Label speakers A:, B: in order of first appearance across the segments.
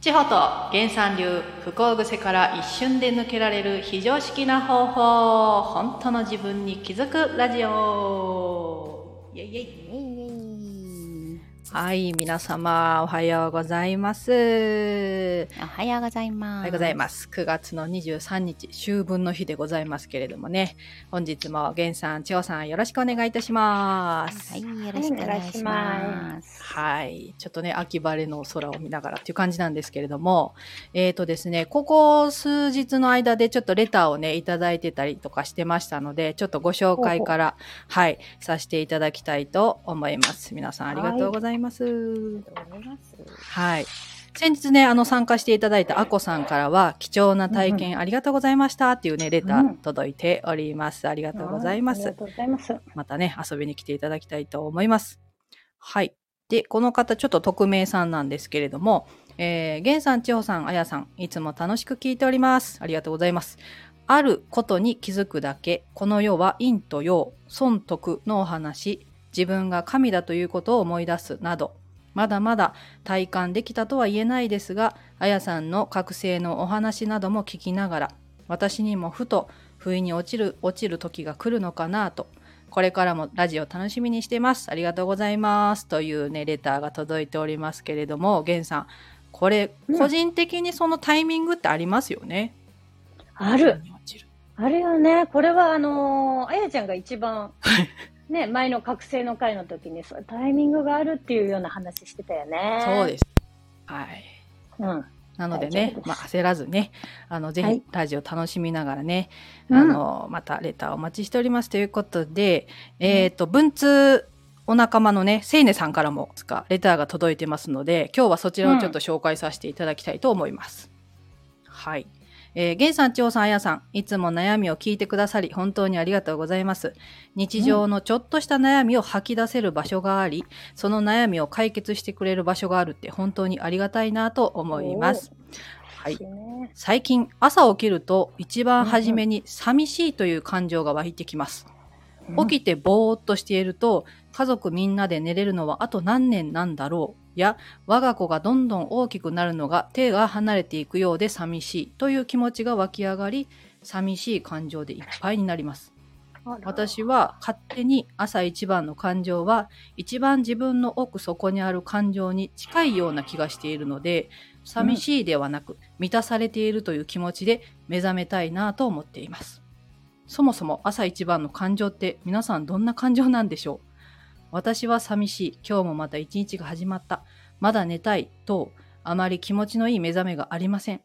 A: 地方と原産流不幸癖から一瞬で抜けられる非常識な方法本当の自分に気づくラジオイェイイェイはい皆様おはようございます
B: おはようございま
A: お
B: す。
A: はようございます9月の23日秋分の日でございますけれどもね本日も原さん千代さんよろしくお願いいたします
B: はい、よろしくお願いします。
A: はい。ちょっとね、秋晴れの空を見ながらっていう感じなんですけれども、えっ、とですね、ここ数日の間でちょっとレターをね、いただいてたりとかしてましたので、ちょっとご紹介から、はい、させていただきたいと思います。皆さんありがとうございます。
B: ありがとうございます。
A: はい。先日ね、あの、参加していただいたあこさんからは、貴重な体
C: うん
A: 験ありがとうございましたっていうね、レタ
C: うん
A: ー届いております。ありがとうございま
C: あ
A: す
C: りが。とうございます。
A: またね、遊びに来ていただきたいと思います。はい。で、この方、ちょっと匿名さんなんですけれども、えー、げさん、千穂さん、あやさん、いつも楽しく聞いております。ありがとうございます。あることに気づくだけ、この世は陰と陽、損得のお話、自分が神だということを思い出すなど、まだまだ体感できたとは言えないですが、あやさんの覚醒のお話なども聞きながら、私にもふと不意に落ちる落ちる時が来るのかなとこれからもラジオ楽しみにしてますありがとうございますというねレターが届いておりますけれども源さんこれ、
C: うん
A: 個人的にそのタイミングってありますよね
C: ある、
A: 落ちる
C: あるよね。これはあのーあやちゃんが一 番、ね、前の覚醒の会の時に、そうタイミングがあるっていうような話してたよね。
A: そうですはい
C: す。うん。
A: なので
C: 大
A: ね
C: 丈夫で、す
A: まあ、焦らずね、あの、ぜ
C: は
A: ひ
C: い
A: ラジオ楽しみながらね、
C: うん
A: あの、またレターお待ちしておりますということで、えっ、と、文通お仲間のね、せいねさんからも、レターが届いてますので、今日はそちらをちょっと紹介させていただきたいと思います。はい。えー、ゲンさん、千代さん、あやさん、いつも悩みを聞いてくださり、本当にありがとうございます。日常のちょっとした悩みを吐き出せる場所があり、その悩みを解決してくれる場所があるって本当にありがたいなと思います。はい
C: ですね。
A: 最近朝起きると一番初めに寂しいという感情が湧いてきます。
C: うん
A: 起きてぼーっとしていると家族みんなで寝れるのはあと何年なんだろうや我が子がどんどん大きくなるのが手が離れていくようで寂しいという気持ちが湧き上がり寂しい感情でいっぱいになります。
C: あら
A: 私は勝手に朝一番の感情は一番自分の奥底にある感情に近いような気がしているので寂しいではなく満たされているという気持ちで目覚めたいなと思っていますそもそも朝一番の感情って皆さんどんな感情なんでしょう私は寂しい今日もまた一日が始まったまだ寝たいとあまり気持ちのいい目覚めがありません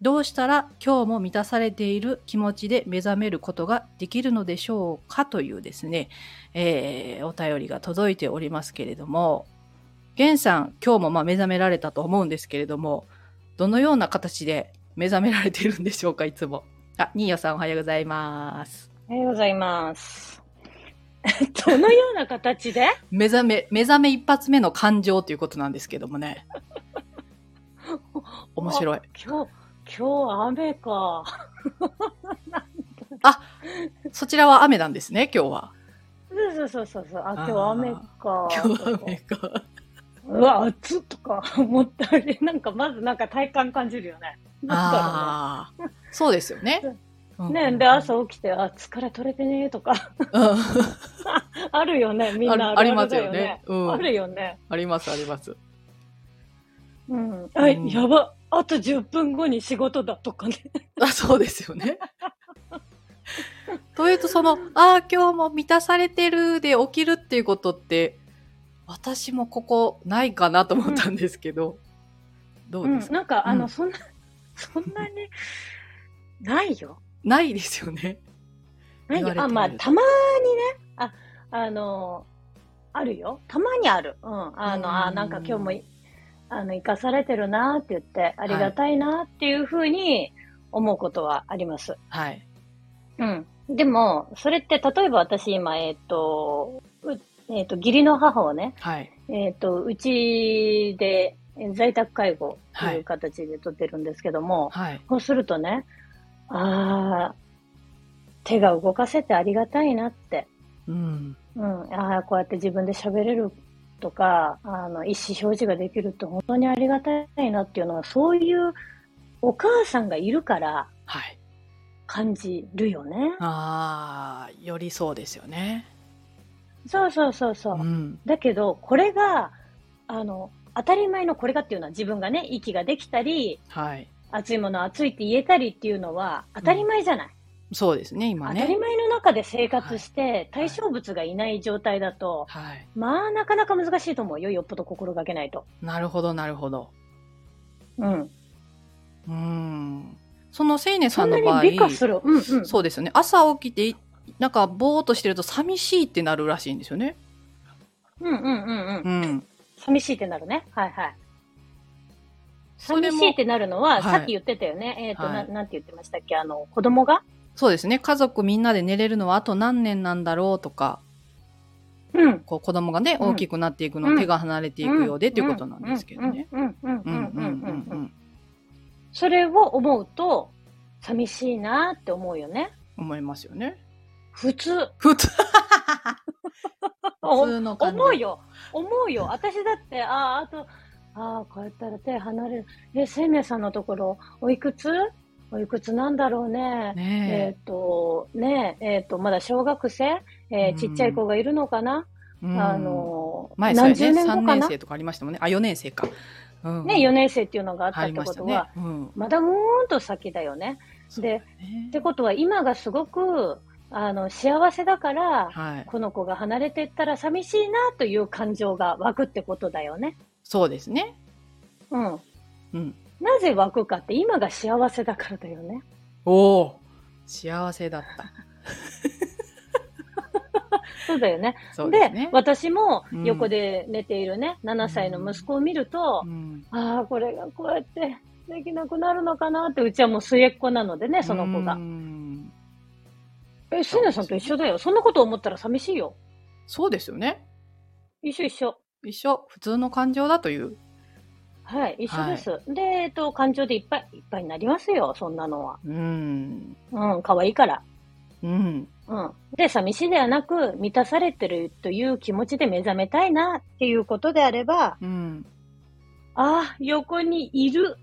A: どうしたら今日も満たされている気持ちで目覚めることができるのでしょうかというですね、えーお便りが届いておりますけれども、ゲンさん、今日もまあ目覚められたと思うんですけれども、どのような形で目覚められているんでしょうか、いつも。あ、ニーヨさんおはようございます。
C: おはようございます。 どのような形で
A: 目覚め、目覚め一発目の感情ということなんですけども ね。面白い。
C: 今日、今日雨か。
A: そちらは雨なんですね、今日は。
C: そうそうそうそう。あ、今日雨か。
A: 今日は雨か。
C: うわ、暑っとか思ったり、なんかまずなんか体感感じるよね。なん
A: ああ、そうですよね。
C: だろうね。ねで、朝起きて、あ、疲れ取れてねとか、
A: うん
C: あるよね、みん
A: あ
C: な
A: るあります
C: だ
A: よね。。うん
C: あるよね。
A: ありますあります。
C: うん。あ、
A: うん
C: やば、あと10分後に仕事だとかね。
A: あそうですよね。というとその「ああ今日も満たされてる」で起きるっていうことって私もここないかなと思ったんですけど、どう
C: うん
A: で。すか、
C: なんか、あ
A: うん
C: の、そんな、 そんなに、ないよ。
A: ないですよね。
C: ない
A: 言われてみ
C: よ。
A: る
C: あ、
A: と
C: まあ、たまにね、あ、あの、あるよ。たまにある。うん。あ
A: うん
C: の、あ、なんか今日もい、あの、生かされてるなって言って、ありがたいなっていうふうに思うことはあります。
A: はい。
C: うん。でも、それって、例えば私今、えっ、と、うえっ、と、義理の母をね、
A: はい。
C: えっ、と、うちでえー在宅介護という形で取ってるんですけども、
A: はい。
C: そうするとね、ああ、手が動かせてありがたいなって、
A: うん。
C: うん、ああ、こうやって自分で喋れるとか、あの、意思表示ができるって本当にありがたいなっていうのは、そういうお母さんがいるから
A: はい。
C: 感じるよね。
A: ああ、よりそうですよね。
C: そうそうそうそうう。
A: ん。
C: だけど、これが、あの、当たり前のこれがっていうのは自分がね、息ができたり、
A: はい。
C: 熱いもの熱いって言えたりっていうのは当たり前じゃない。
A: そうですね、今
C: 当たり
A: ね。
C: 前の中で生活して、対象物がいない状態だと、
A: はい。
C: まあ、なかなか難しいと思うよ。よっぽど心がけないと。
A: なるほど、なるほど。
C: うん。
A: うーん。そのせいねさ
C: そ
A: ん
C: んな
A: の
C: に
A: 場合、
C: 美化する。うんうん。
A: そうですよね。朝起きてい、なんかぼーっとしてると寂しいってなるらしいんですよね。
C: うんうんうんうん。
A: うん。
C: 寂しいってなるね。はいはい。
A: それ
C: 寂
A: も
C: しいってなるのは、
A: はい
C: さっき言ってたよね。えっ、と、
A: はい
C: な、なんて言ってましたっけあの、子供が
A: そうですね。家族みんなで寝れるのはあと何年なんだろうとか、
C: うん。
A: こう子供がね、
C: うん
A: 大きくなっていくの、
C: うん
A: 手が離れていくようでっていうことなんですけどね。
C: うんうんう
A: うん
C: ん
A: う
C: う
A: う
C: んんうんんう
A: う
C: んうん。
A: ん。
C: それを思うと、寂しいなって思うよね。
A: 思いますよね。
C: 普通。
A: 普通、普
C: お
A: 通の感じ。
C: 思うよ。思うよ。私だって、ああ、あと、ああ、こうやったら手離れる。え、生命さんのところ、おいくつおいくつなんだろうね。え
A: ね
C: っ、と、ねえ、えっ、と、まだ小学生、え
A: うん
C: ーちっちゃい子がいるのかな、
A: え。うん
C: あの、
A: 前そう
C: 何
A: や
C: 十
A: ね、
C: 年後
A: 3
C: か
A: 年
C: な
A: 生とかありましたもんね。あ、4年生か。うん
C: ね、4年生っていうのがあった
A: あ
C: っ
A: り
C: て
A: ま
C: こ
A: した
C: と
A: ね
C: は、。
A: うん。
C: まだもーんと先だよね。
A: そうだよね
C: ってことは、今がすごく、あの、幸せだから、
A: はい。
C: この子が離れていったら寂しいなという感情が湧くってことだよね。
A: そうですね。
C: うん。
A: うん。
C: なぜ湧くかって今が幸せだからだよね。
A: おお幸せだった。
C: そうだよね。
A: そう
C: で
A: ですね。
C: 私も
A: うん
C: 横で寝ているね、7歳の息子を見ると
A: う、ん
C: ああ、これがこうやってできなくなるのかなって、うちはもう末っ子なのでね、その子
A: う
C: が。
A: ん
C: え、せなさんと一緒だよ。そんなこと思ったら寂しいよ。
A: そうですよね。
C: 一緒一緒。
A: 一緒。普通の感情だという。
C: はい、一緒です。で、えっと、感情でいっぱいいっぱいになりますよ、そんなのは。
A: うん。
C: うん、可愛いから。
A: うん。
C: うん。で、寂しいではなく、満たされてるという気持ちで目覚めたいなっていうことであれば、
A: うん。
C: ああ、横にいる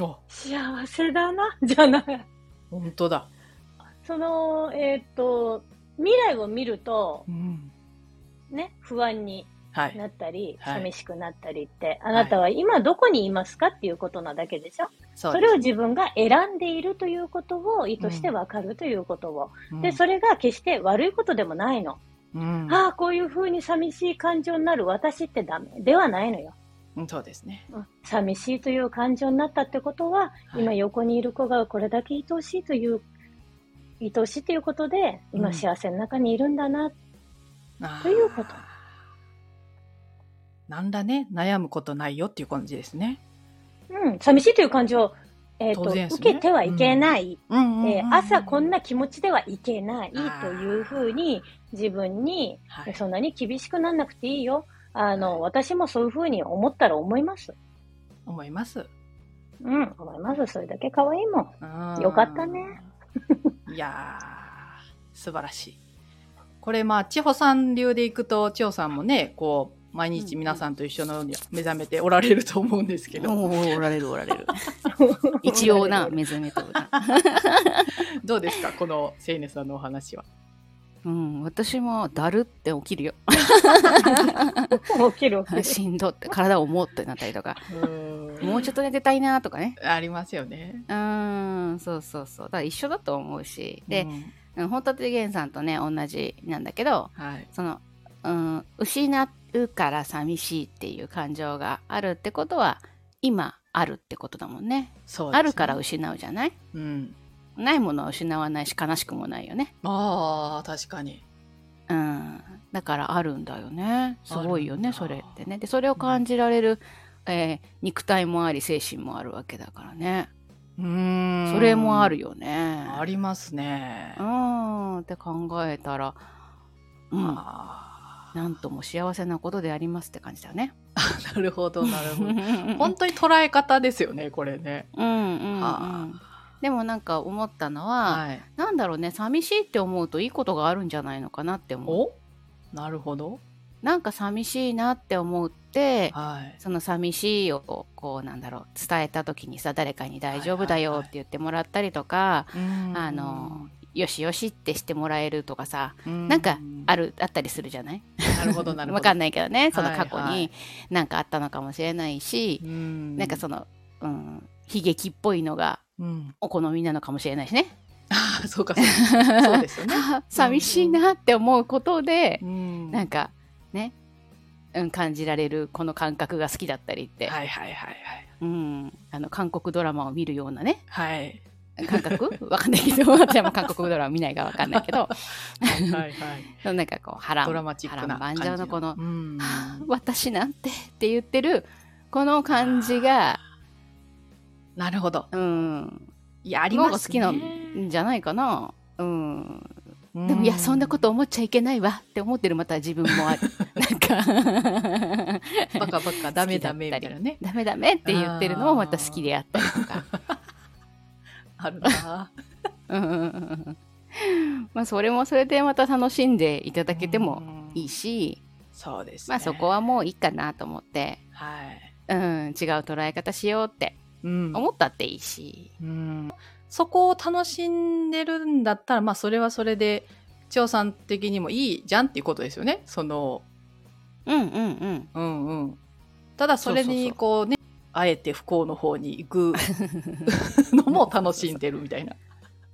A: あ、
C: 幸せだな、じゃない。
A: 本当だ。
C: その、えーっと、未来を見ると、
A: うん。
C: ね、不安に
A: はい。
C: なったり、
A: はい
C: 寂しくなったりって、あなたは今どこにいますかっていうことなだけでしょ、
A: そ
C: それを自分が選んでいるということを意図してわかるということを、で、それが決して悪いことでもないの。
A: うん。
C: ああ、こういう風に寂しい感情になる私ってダメではないのよ。
A: うんそうですね。
C: うん寂しいという感情になったってことは、
A: はい
C: 今横にいる子がこれだけ愛おしいという、愛おしいということで、
A: う
C: 今
A: ん
C: 幸せの中にいるんだな。
A: あー
C: ということ。
A: なんだね。悩むことないよっていう感じですね。
C: うん、寂しいという感情、えーと
A: 当然ですね
C: 受けてはいけない、
A: うんうんうん
C: えー朝こんな気持ちではいけないと
A: あー
C: いうふうに、自分に、
A: はい
C: そんなに厳しくなんなくていいよ。あの、
A: はい
C: 私もそういうふうに思ったら思います。
A: 思います。
C: うん、思います。それだけ可愛いもん。
A: よ
C: よかったね。
A: いやー、素晴らしい。これ、まあ、千穂さん流でいくと、千穂さんもね、こう、毎日皆さんと一緒のように目覚めておられると思うんですけど、
B: おーおられるおられ る。一応な、目覚めとるな。
A: どうですか、このせいねさんのお話は。
B: うん、私もだるって起きるよ。
C: 起きる起きる。
B: しんどって、体重ってなったりとか、もうちょっと寝てたいなとかね。
A: ありますよね。
B: うーん、そうそうそう。だから一緒だと思うし、
A: う
B: で、
A: ん
B: うん、本当はゲンさんとね、同じなんだけど、
A: はい。
B: その、うん、失うから寂しいっていう感情があるってことは、今あるってことだもんね。
A: そうですね
B: あるから、失うじゃない
A: うん。
B: ないものは失わないし、悲しくもないよね。
A: ああ、確かに。
B: うん、だからあるんだよねすごいよ
A: あ
B: ね
A: るんだ
B: それってねでそれを感じられる、えー肉体もあり精神もあるわけだからね
A: うーん。
B: それもある。よね
A: ありますね。
B: うんって考えたらうん
A: あ
B: なんとも幸せなことでありますって感じ だね
A: ーなるほど、なるほ
B: う
A: ど
B: ん。うん
A: 本当に捉え方ですよね、これね。
B: うんうん
A: は
B: でもなんか思ったの
A: あ
B: は、
A: はい。
B: なんだろうね寂しいって思うといいことがあるんじゃないのかなって思う
A: おなるほど。
B: なんか寂しいなって思って、
A: はい。
B: その寂しいをこうなんだろう伝えた時にさ誰かに大丈夫だ
A: はいはい
B: よっ
A: はい
B: て言ってもらったりとか、
A: あ
B: あの、よしよしってしてもらえるとかさ
A: な
B: なんかあるあったりするじゃない
A: なるほど、なるほど。
B: わかんないけどねその過去
A: はいはい
B: になんかあったのかもしれないし、
A: うん
B: なんかその、うん、悲劇っぽいのが
A: うん。
B: お好みなのかもしれないし ね
A: ああ、そうか、そう かそうですよね。
B: 寂しいなって思うことで、
A: うん
B: なんかね、うん、感じられるこの感覚が好きだったりって、
A: はいはいはいはい。
B: うん、あの韓国ドラマを見るようなね
A: はい。
B: 感 覚わかんないけど私も韓国ドラマ見ないからわかんないけど
A: はいはい。
B: そのなんかこう波乱
A: ドラマチックな感
B: 波乱
A: じ。
B: 万丈のこの
A: う、ん。
B: 私なんてって言ってるこの感じが、
A: なるほど。
B: うん、
A: いや、あり
B: の
A: ま
B: 方が好
A: す
B: き
A: ね。
B: なんじゃないかな。うん、
A: うん
B: でもいやそんなこと思っちゃいけないわって思ってるまた自分も あるなんか
A: バカバカ、ダメダメみたいなね。
B: ダメダメって言ってるのもまた好きであったりとか。
A: あるな。
B: うんうんうんうんまあそれもそれでまた楽しんでいただけてもいい
A: し。
B: し、
A: そうですね。
B: まあそこはもういいかなと思って、
A: はい。
B: うん、違う捉え方しようって
A: うん
B: 思ったっていいし。
A: うんそこを楽しんでるんだったら、まあ、それはそれで、千代さん的にもいいじゃんっていうことですよね。その、
B: うんうんうん。
A: うんうん。ただ、それ
B: そうそう
A: に、
B: そう
A: こうね、あえて不幸の方に行 くのも楽しんでるみたいな。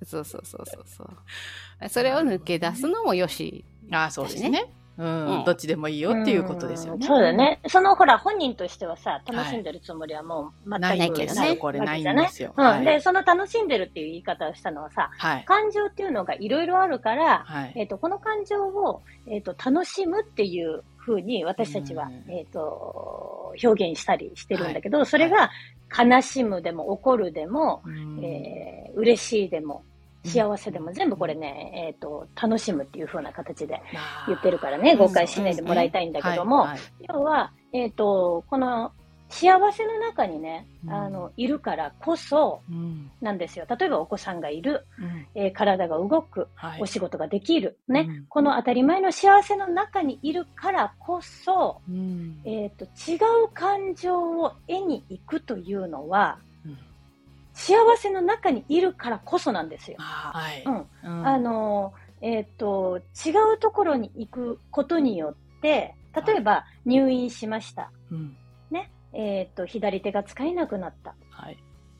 B: そうそうそうそうそう。それを抜け出すのもよし。
A: ああ、そうですね。うん、
B: うん
A: どっちでもいいよっていうことですよね。
C: そうだ。ね。そのほら、本人としてはさ、楽しんでるつもりはもう全く
A: ないん
B: け
A: で
B: ど
A: す
B: ね
A: よ。これないん
C: わけ
A: で
C: じ
A: すよ。
C: ゃないうん。
A: は
C: で、
A: い。
C: その楽しんでるっていう言い方をしたのはさ、
A: はい。
C: 感情っていうのがいろいろあるから、
A: はい。
C: えっ、と、この感情を、えっ、と、楽しむっていう風に私たちは、
A: うん
C: えっ、と、表現したりしてるんだけど、それが悲しむでも怒るでも、
A: うん
C: えー嬉しいでも、幸せで
A: う
C: も
A: ん
C: 全部これね、えっ、と、楽しむっていう風な形で
A: あー
C: 言ってるからね、誤解しないでもらいたいんだけども、
A: はいはい
C: 要は、えっ、と、この幸せの中にね、あの、いるからこそ
A: うん
C: なんですよ。例えばお子さんがいる、
A: うん
C: えー体が動く、
A: はい
C: お仕事ができる、ね
A: うん
C: この当たり前の幸せの中にいるからこそ、
A: うん
C: えー、と違う感情を絵に行くというのは
A: うん
C: 幸せの中にいるからこそなんですよ。
A: あーはい。
C: うん
A: うん
C: あのえー、と違うところに行くことによって例えば入院しました、
A: うん
C: えー、と左手が使えなくなった、
A: はい。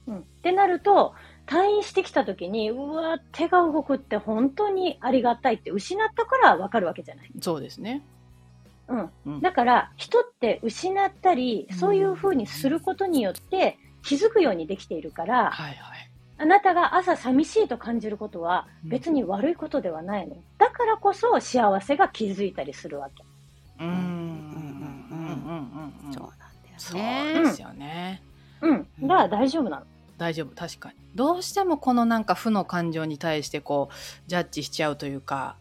C: うん、ってなると退院してきた時にうわ手が動くって本当にありがたいって失ったから分かるわけじゃない。
A: そうですね。
C: うん
A: うん
C: だから人って失ったりそういうふうにすることによって気づくようにできているか
A: はい
C: ら
A: はい。
C: あなたが朝寂しいと感じることは別に悪いことではないのだからこそ幸せが気づいたりするわけ
A: うんうんうんうんうん
B: そう
A: そう
B: なんだよね。
A: ですよね。
C: うん
B: うん
C: が大丈夫なの
A: 大丈夫確かにどうしてもこのなんか負の感情に対してこうジャッジしちゃうというか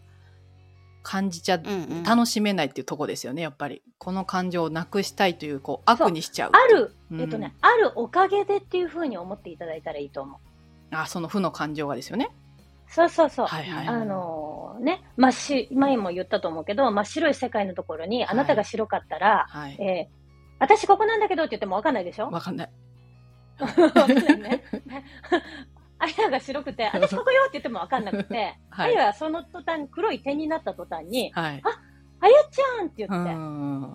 A: 感じちゃ、
B: うんうん
A: 楽しめないっていうとこですよねやっぱりこの感情をなくしたいというこう悪にしちゃう
C: ある
A: うん
C: えっとねあるおかげでっていうふうに思っていただいたらいいと思う
A: あその負の感情がですよね
C: そうそうそう
A: はいはい
C: あのーね真っ白前も言ったと思うけど真っ白い世界のところにあなたが白かったら
A: はい
C: えー私ここなんだけどって言っても分かんないでしょ
A: わかんない
C: わかんな い ね。あやが白くて、私ここよって言ってもわかんなくて、
A: は
C: あ
A: い
C: やはその途端、黒い点になった途端に、
A: はい
C: あやちゃんって言
A: う
C: って、
A: ん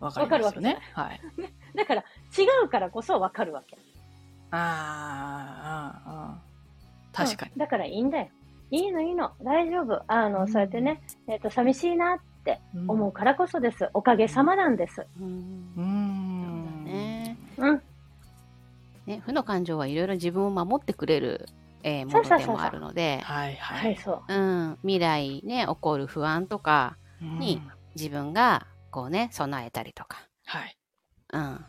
A: わかりますよねはい
C: だから違うからこそわかるわけ。
A: あーあーあー確かに
C: うんだからいいんだよ。いいのいいの。大丈夫。あの、
A: うん
C: そうやってね、えっ、と、寂しいなって思
A: う
C: うからこそです。おかげさまなんです。
B: うん
A: ん
B: そうだね
C: うん。
B: ね、負の感情はいろいろ自分を守ってくれる、えー
C: そ
B: も
C: うそうそ
B: ので
C: うそう
B: もあるので、
A: はい
C: は、
A: はいい
C: そ
B: う
C: う。
B: ん、未来ね起こる不安とかに
A: うん
B: 自分がこうね備えたりとか、
A: はい
B: うん、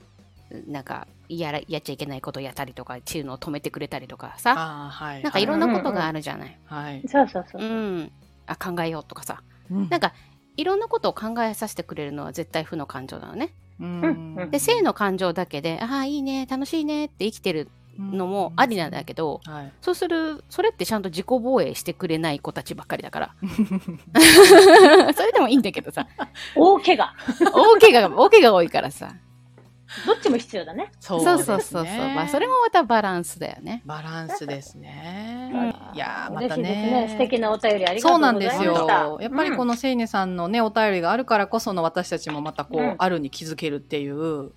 B: なんかやらやっちゃいけないことやったりとかっていうのを止めてくれたりとかさ
A: あーはい
B: なんかいろんなことがあるじゃない。
A: はい
C: そうそうそうう。
B: ん、あ考えようとかさ
A: な
B: なん、かいろんなことを考えさせてくれるのは絶対負の感情なのね。
A: うん
C: うん
B: で性の感情だけで「ああいいね楽しいね」って生きてるのもありなんだけど、
A: はい。
B: そうするそれってちゃんと自己防衛してくれない子たちばっかりだからそれでもいいんだけどさ
C: 大怪我。
B: 大怪我が大怪我が多いからさ
C: どっちも必要だね。
A: そ
B: そうそうそうそう、まあ、それもまたバランスだよね
A: バランスですね。
B: う
A: いやーま
C: 嬉
A: た
C: しいです
A: ね
C: ね。素敵なお便りありがと
A: そう
C: うご
A: ない
C: ざ
A: ん
C: ま
A: で
C: した。
A: すよ。やっぱりこ
C: の、
A: のせいねさんのね、お便りがあるからこその私たちもまたこう、
C: うん
A: あるに気づけるっていう。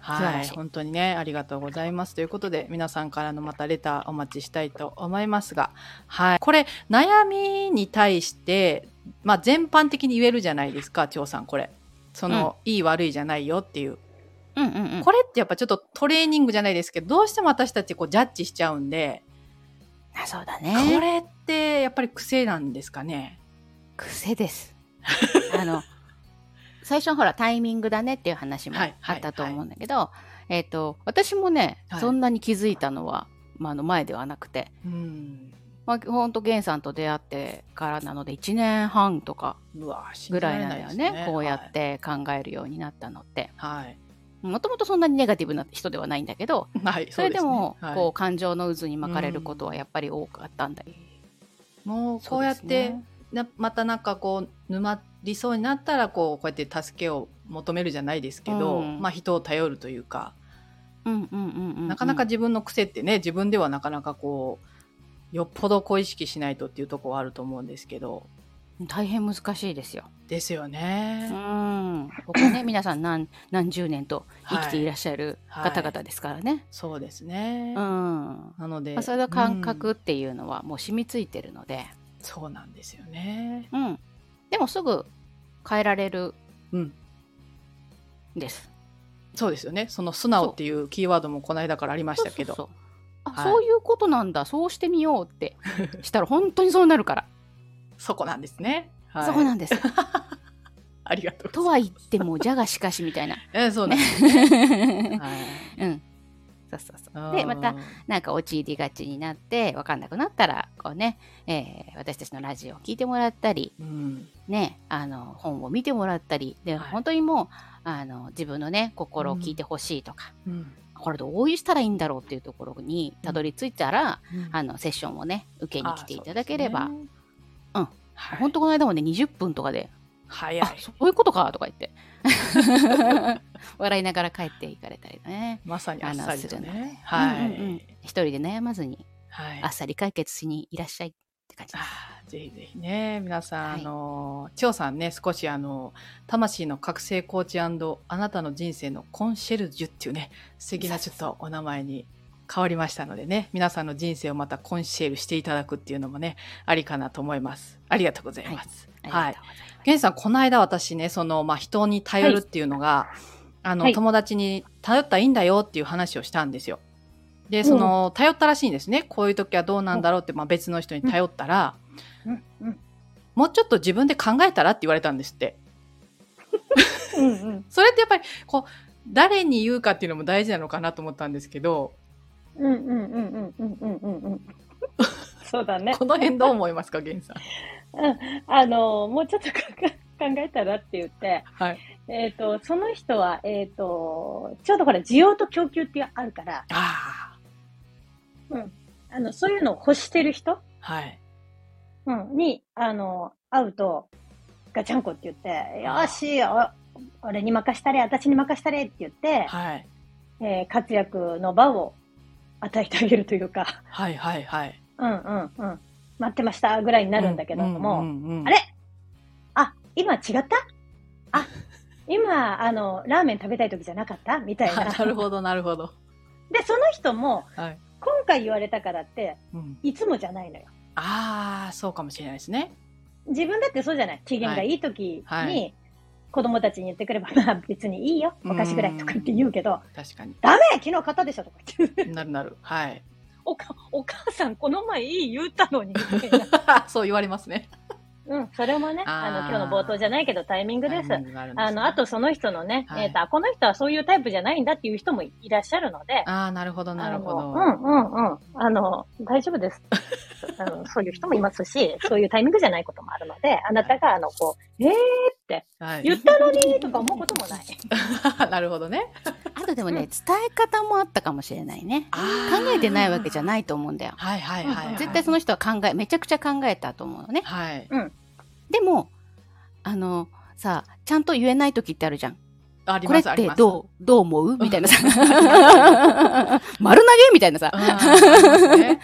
B: 素晴
A: は
B: ら
A: い。
B: しい
A: 本当にね、ありがとうございます。ということで、皆さんからのまたレターお待ちしたいと思いますが、はい。これ、悩みに対して、まあ全般的に言えるじゃないですか、張さん、これ。その、いい悪いじゃないよっていう。
B: うんうんうん
A: これってやっぱちょっとトレーニングじゃないですけど、どうしても私たちこうジャッジしちゃうんで、
B: あそうだ
A: こ
B: ね
A: れってやっぱり癖なんですかね。
B: 癖です あの最初ほらタイミングだねっていう話も
A: はい
B: あったと思うんだけど、えっ、と私もね、
A: はい
B: そんなに気づいたのは、まあ、あの前ではなくて
A: うん。
B: まあ、ほんと源さんと出会ってからなので1年半とか
A: うわ信
B: ぐ
A: じ
B: ら
A: ら
B: い
A: れ
B: なん
A: な
B: だ
A: い
B: よ
A: です
B: ね
A: ね
B: こうやっ。て考えるようになったのって
A: はい。
B: もともとそんなにネガティブな人ではないんだけど
A: はい。はい
B: それでも
A: そうすねはい
B: こう感情の渦に巻かれることはやっぱり多かったんだよ、
A: もうこ
B: そうう
A: や
B: で
A: っ
B: す
A: て、
B: ね
A: なまたなんかこう沼りそうになったらこうこうやって助けを求めるじゃないですけど、
B: うん
A: まあ人を頼るというか、
B: うんうんうんうんうん
A: なかなか自分の癖ってね自分ではなかなかこうよっぽどこう意識しないとっていうところはあると思うんですけど
B: 大変難しいですよ。
A: ですよ
B: う
A: ね。
B: ん、ここね皆さん何何十年と生きていらっしゃる方々ですからね。
A: そうですね。
B: うんま
A: なので、
B: あ、それの感覚
A: う
B: っ
A: ん
B: ていうのはもう染みついてるので、
A: そうなんですよね。
B: うん、でもすぐ変えられる
A: うん。
B: んです。
A: そうですよね。その素直っていうキーワードもこの間からありましたけど。
B: そうそうそうあ、
A: はい
B: そういうことなんだそうしてみようってしたら本当にそうなるから、
A: そこなんですね。 はい、
B: そこなんです。
A: ありがとう
B: と
A: ござ
B: はい言ってもじゃがしかしみた いな。
A: ます。えそうなんです。
B: ね
A: はい
B: うん、そうそうそううんでまたなんか陥りがちになって分かんなくなったらこうね、えー私たちのラジオを聞いてもらったり
A: うん、
B: ねあの本を見てもらったりで、
A: はい
B: 本当にもうあの自分のね心を聞いてほしいとか、
A: うん、
B: これどうしたらいいんだろうっていうところにたどり着いたら、あのセッションをね受けに来ていただければ、
A: あそうですね
B: うん
A: はい、
B: 本当この間もね20分とかで
A: 早い
B: あそういうことかとか言って 笑いながら帰っていかれたりね。
A: まさにあっさりと
B: あのするの
A: ね
B: で。
A: はい、
B: うんうんうん一人で悩まずに
A: はい。
B: あっさり解決しにいらっしゃいって感じです。
A: あーぜひぜひね皆さん、
B: はい
A: あの千代さんね少しあの魂の覚醒コーチあなたの人生のコンシェルジュっていうね素敵なちょっとお名前に変わりましたのでね皆さんの人生をまたコンシェルしていただくっていうのもねありかなと思いますありがとうございます
B: あり
A: は
B: が
A: い
B: とうございます。
A: 源さんこの間私ねその、まあ、人に頼るっていうのが、あの
C: はい
A: 友達に頼ったらいいんだよっていう話をしたんですよ。でその頼ったらしいんですねこういう時はどうなんだろうって、まあ、別の人に頼ったら、
C: うんうん
A: もうちょっと自分で考えたらって言われたんですって。
C: うんうん
A: それってやっぱりこう誰に言うかっていうのも大事なのかなと思ったんですけど
C: うんうんうんうんうんうんうんうん。そうだね。
A: この辺どう思いますか源さん。
C: あの、もうちょっと考え考えたらって言って、
A: はい、
C: えっ、と、その人は、えっ、と、ちょうどほら、需要と供給ってあるから、
A: あ
C: あの、そういうのを欲してる人、
A: あはい
C: うん、に、あの、会うと、ガチャンコって言って、よ
A: あー
C: ーし、お俺に任したれ、私に任したれって言って、
A: はい
C: えー活躍の場を与えてあげるというか、
A: はいはいはい。
C: うんうんうん、待ってましたぐらいになるんだけども、
A: うんうんうん
C: あれあ、今違ったあ、今、あの、ラーメン食べたい時じゃなかったみたいな。
A: あなるほどなるほど。
C: で、その人も、
A: はい
C: 今回言われたからって、
A: うん、
C: いつもじゃないのよ。
A: ああそうかもしれないですね。
C: 自分だってそうじゃない。機嫌がいい時に、
A: はいはい
C: 子供たちに言ってくれば、まあ別にいいよ。お菓子ぐらいとかって言うけど、
A: 確 かに
C: ダメ昨日買ったでしょとか言って。
A: なるなるはい。
C: おか、お母さんこの前いい言った のに。みたいな
A: そう言われますね。
C: うん、それもね、あの、
A: あー
C: 今日の冒頭じゃないけどタイミングです
A: タイ。ミングがるんですね
C: あの、あとその人のね、
A: はい
C: えっ、と、あこの人はそういうタイプじゃないんだっていう人もいらっしゃるので、
A: ああなるほどなるほど。
C: あのうんうんうん。あの、大丈夫です。あのそういう人もいますし、そういうタイミングじゃないこともあるので、あなたが、あの、こう、えー、
A: はい、
C: 言ったのにとか思うこともない。
A: なるほどね。
B: あとでもね、伝え方もあったかもしれないね。考えてないわけじゃないと思うんだよ。
A: はいはいはい、はい。
B: 絶対その人は考え、めちゃくちゃ考えたと思うのね。
A: はい。
C: うん。
B: でも、あの、さ、ちゃんと言えない時ってあるじゃん。
A: あり
B: これ
A: ま
B: っ
A: すあり
B: て
A: ます。う
B: どう、どう思うみたいなさ。 丸投げみたいなさ。
A: んね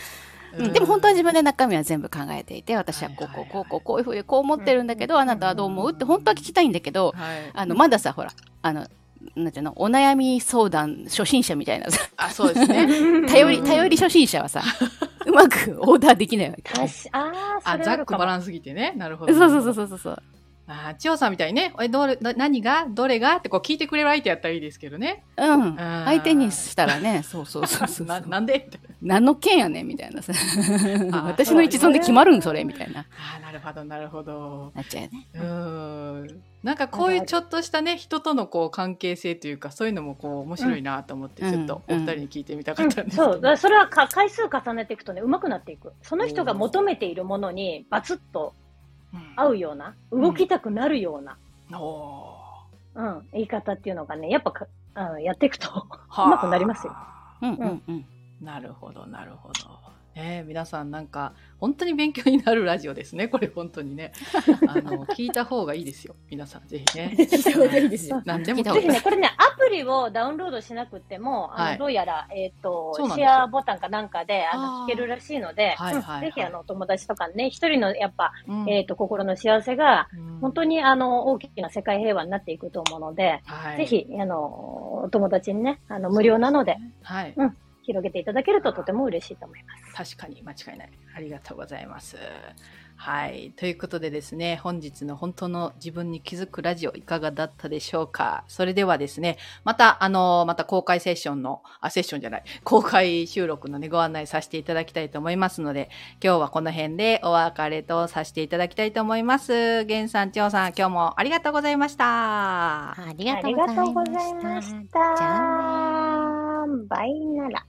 B: うんでも本当は自分
A: で。
B: で中身は全部考えていて、私はこうこうこうこうこういうふうにこう思ってるんだけど、あなたはどう思うって本当は聞きたいんだけど、
A: はい。
B: あの、まださ、ほら、あの、なんていうの、お悩み相談初心者みたいなさ、
A: あ、そうです ね。
B: 頼り、頼り初心者はさ、うまくオーダーできないわけ。
C: 確かああ、
A: あ、
C: それ
A: ざ
C: あ
A: っ
C: る
A: く
C: か
A: ば
C: も。
A: らんすぎてね。なるほ
B: そう
A: ど。
B: そうそうそうそう。
A: あー、千代さんみたいにね、え、どれ、ど何が、どれがってこう聞いてくれる相手やったらいいですけどね。
B: うん。
A: ー
B: 相手にしたらね、そうそうそうそう。
A: ななんでみたいな
B: 何の件やねんみたいなさ。私
A: そう
B: の
A: ね
B: 一存で決まるんそれみたいな。
A: あー、なるほど、なるほど。
B: なっちゃうよね。
A: うーん。なんかこういうちょっとしたね、人とのこう関係性というか、そういうのもこう面白いなと思って、
B: うん
A: ちょっとお二人に聞いてみたか
C: う
A: っ
C: ん
A: たんですけど。
C: そう、だからそれはか回数重ねていくとね、うまくなっていく。その人が求めているものに、バツッと
A: うん
C: 合うような、動きたくなるような、
A: お
C: うん、言い方っていうのがね、やっぱか、あのやっていくと
A: ー
C: うまくなりますよ。
B: うんうんうん。
A: なるほど、なるほど。ねえ、皆さんなんか本当に勉強になるラジオですね。これ本当にね、あの聞いた方がいいですよ。皆さんぜひ ね。
B: いいですよ。
A: 何でも
B: 聞いた方
C: ぜ
B: が
C: ひね、これね、アプリをダウンロードしなくても、あの
A: はい
C: どうやら、えっ、と
A: そうなんで
C: シ
A: すよ
C: ェアボタンかなんかで、あの
A: あー
C: 聞けるらしいので、
A: はいはいはい
C: うんぜひ、あの、お友達とかね、一人の、やっぱ、
A: うん
C: えっ、と、心の幸せが、
A: うん
C: 本当に、あの、大きな世界平和になっていくと思うので、
A: はい
C: ぜひ、あの、お友達にね、あの、無料なので、
A: はい、
C: 広げていただけるととても嬉しいと思います。
A: 確かに間違いない。ありがとうございます。はい。ということでですね、本日の本当の自分に気づくラジオいかがだったでしょうかそれではですね、また、あの、また公開セッションの、あ、セッションじゃない、公開収録のね、ご案内させていただきたいと思いますので、今日はこの辺でお別れとさせていただきたいと思います。源さん、千代さん、今日もありがとうございました。
B: あり
C: ありがとうございました。
B: じゃあね
C: バイなら。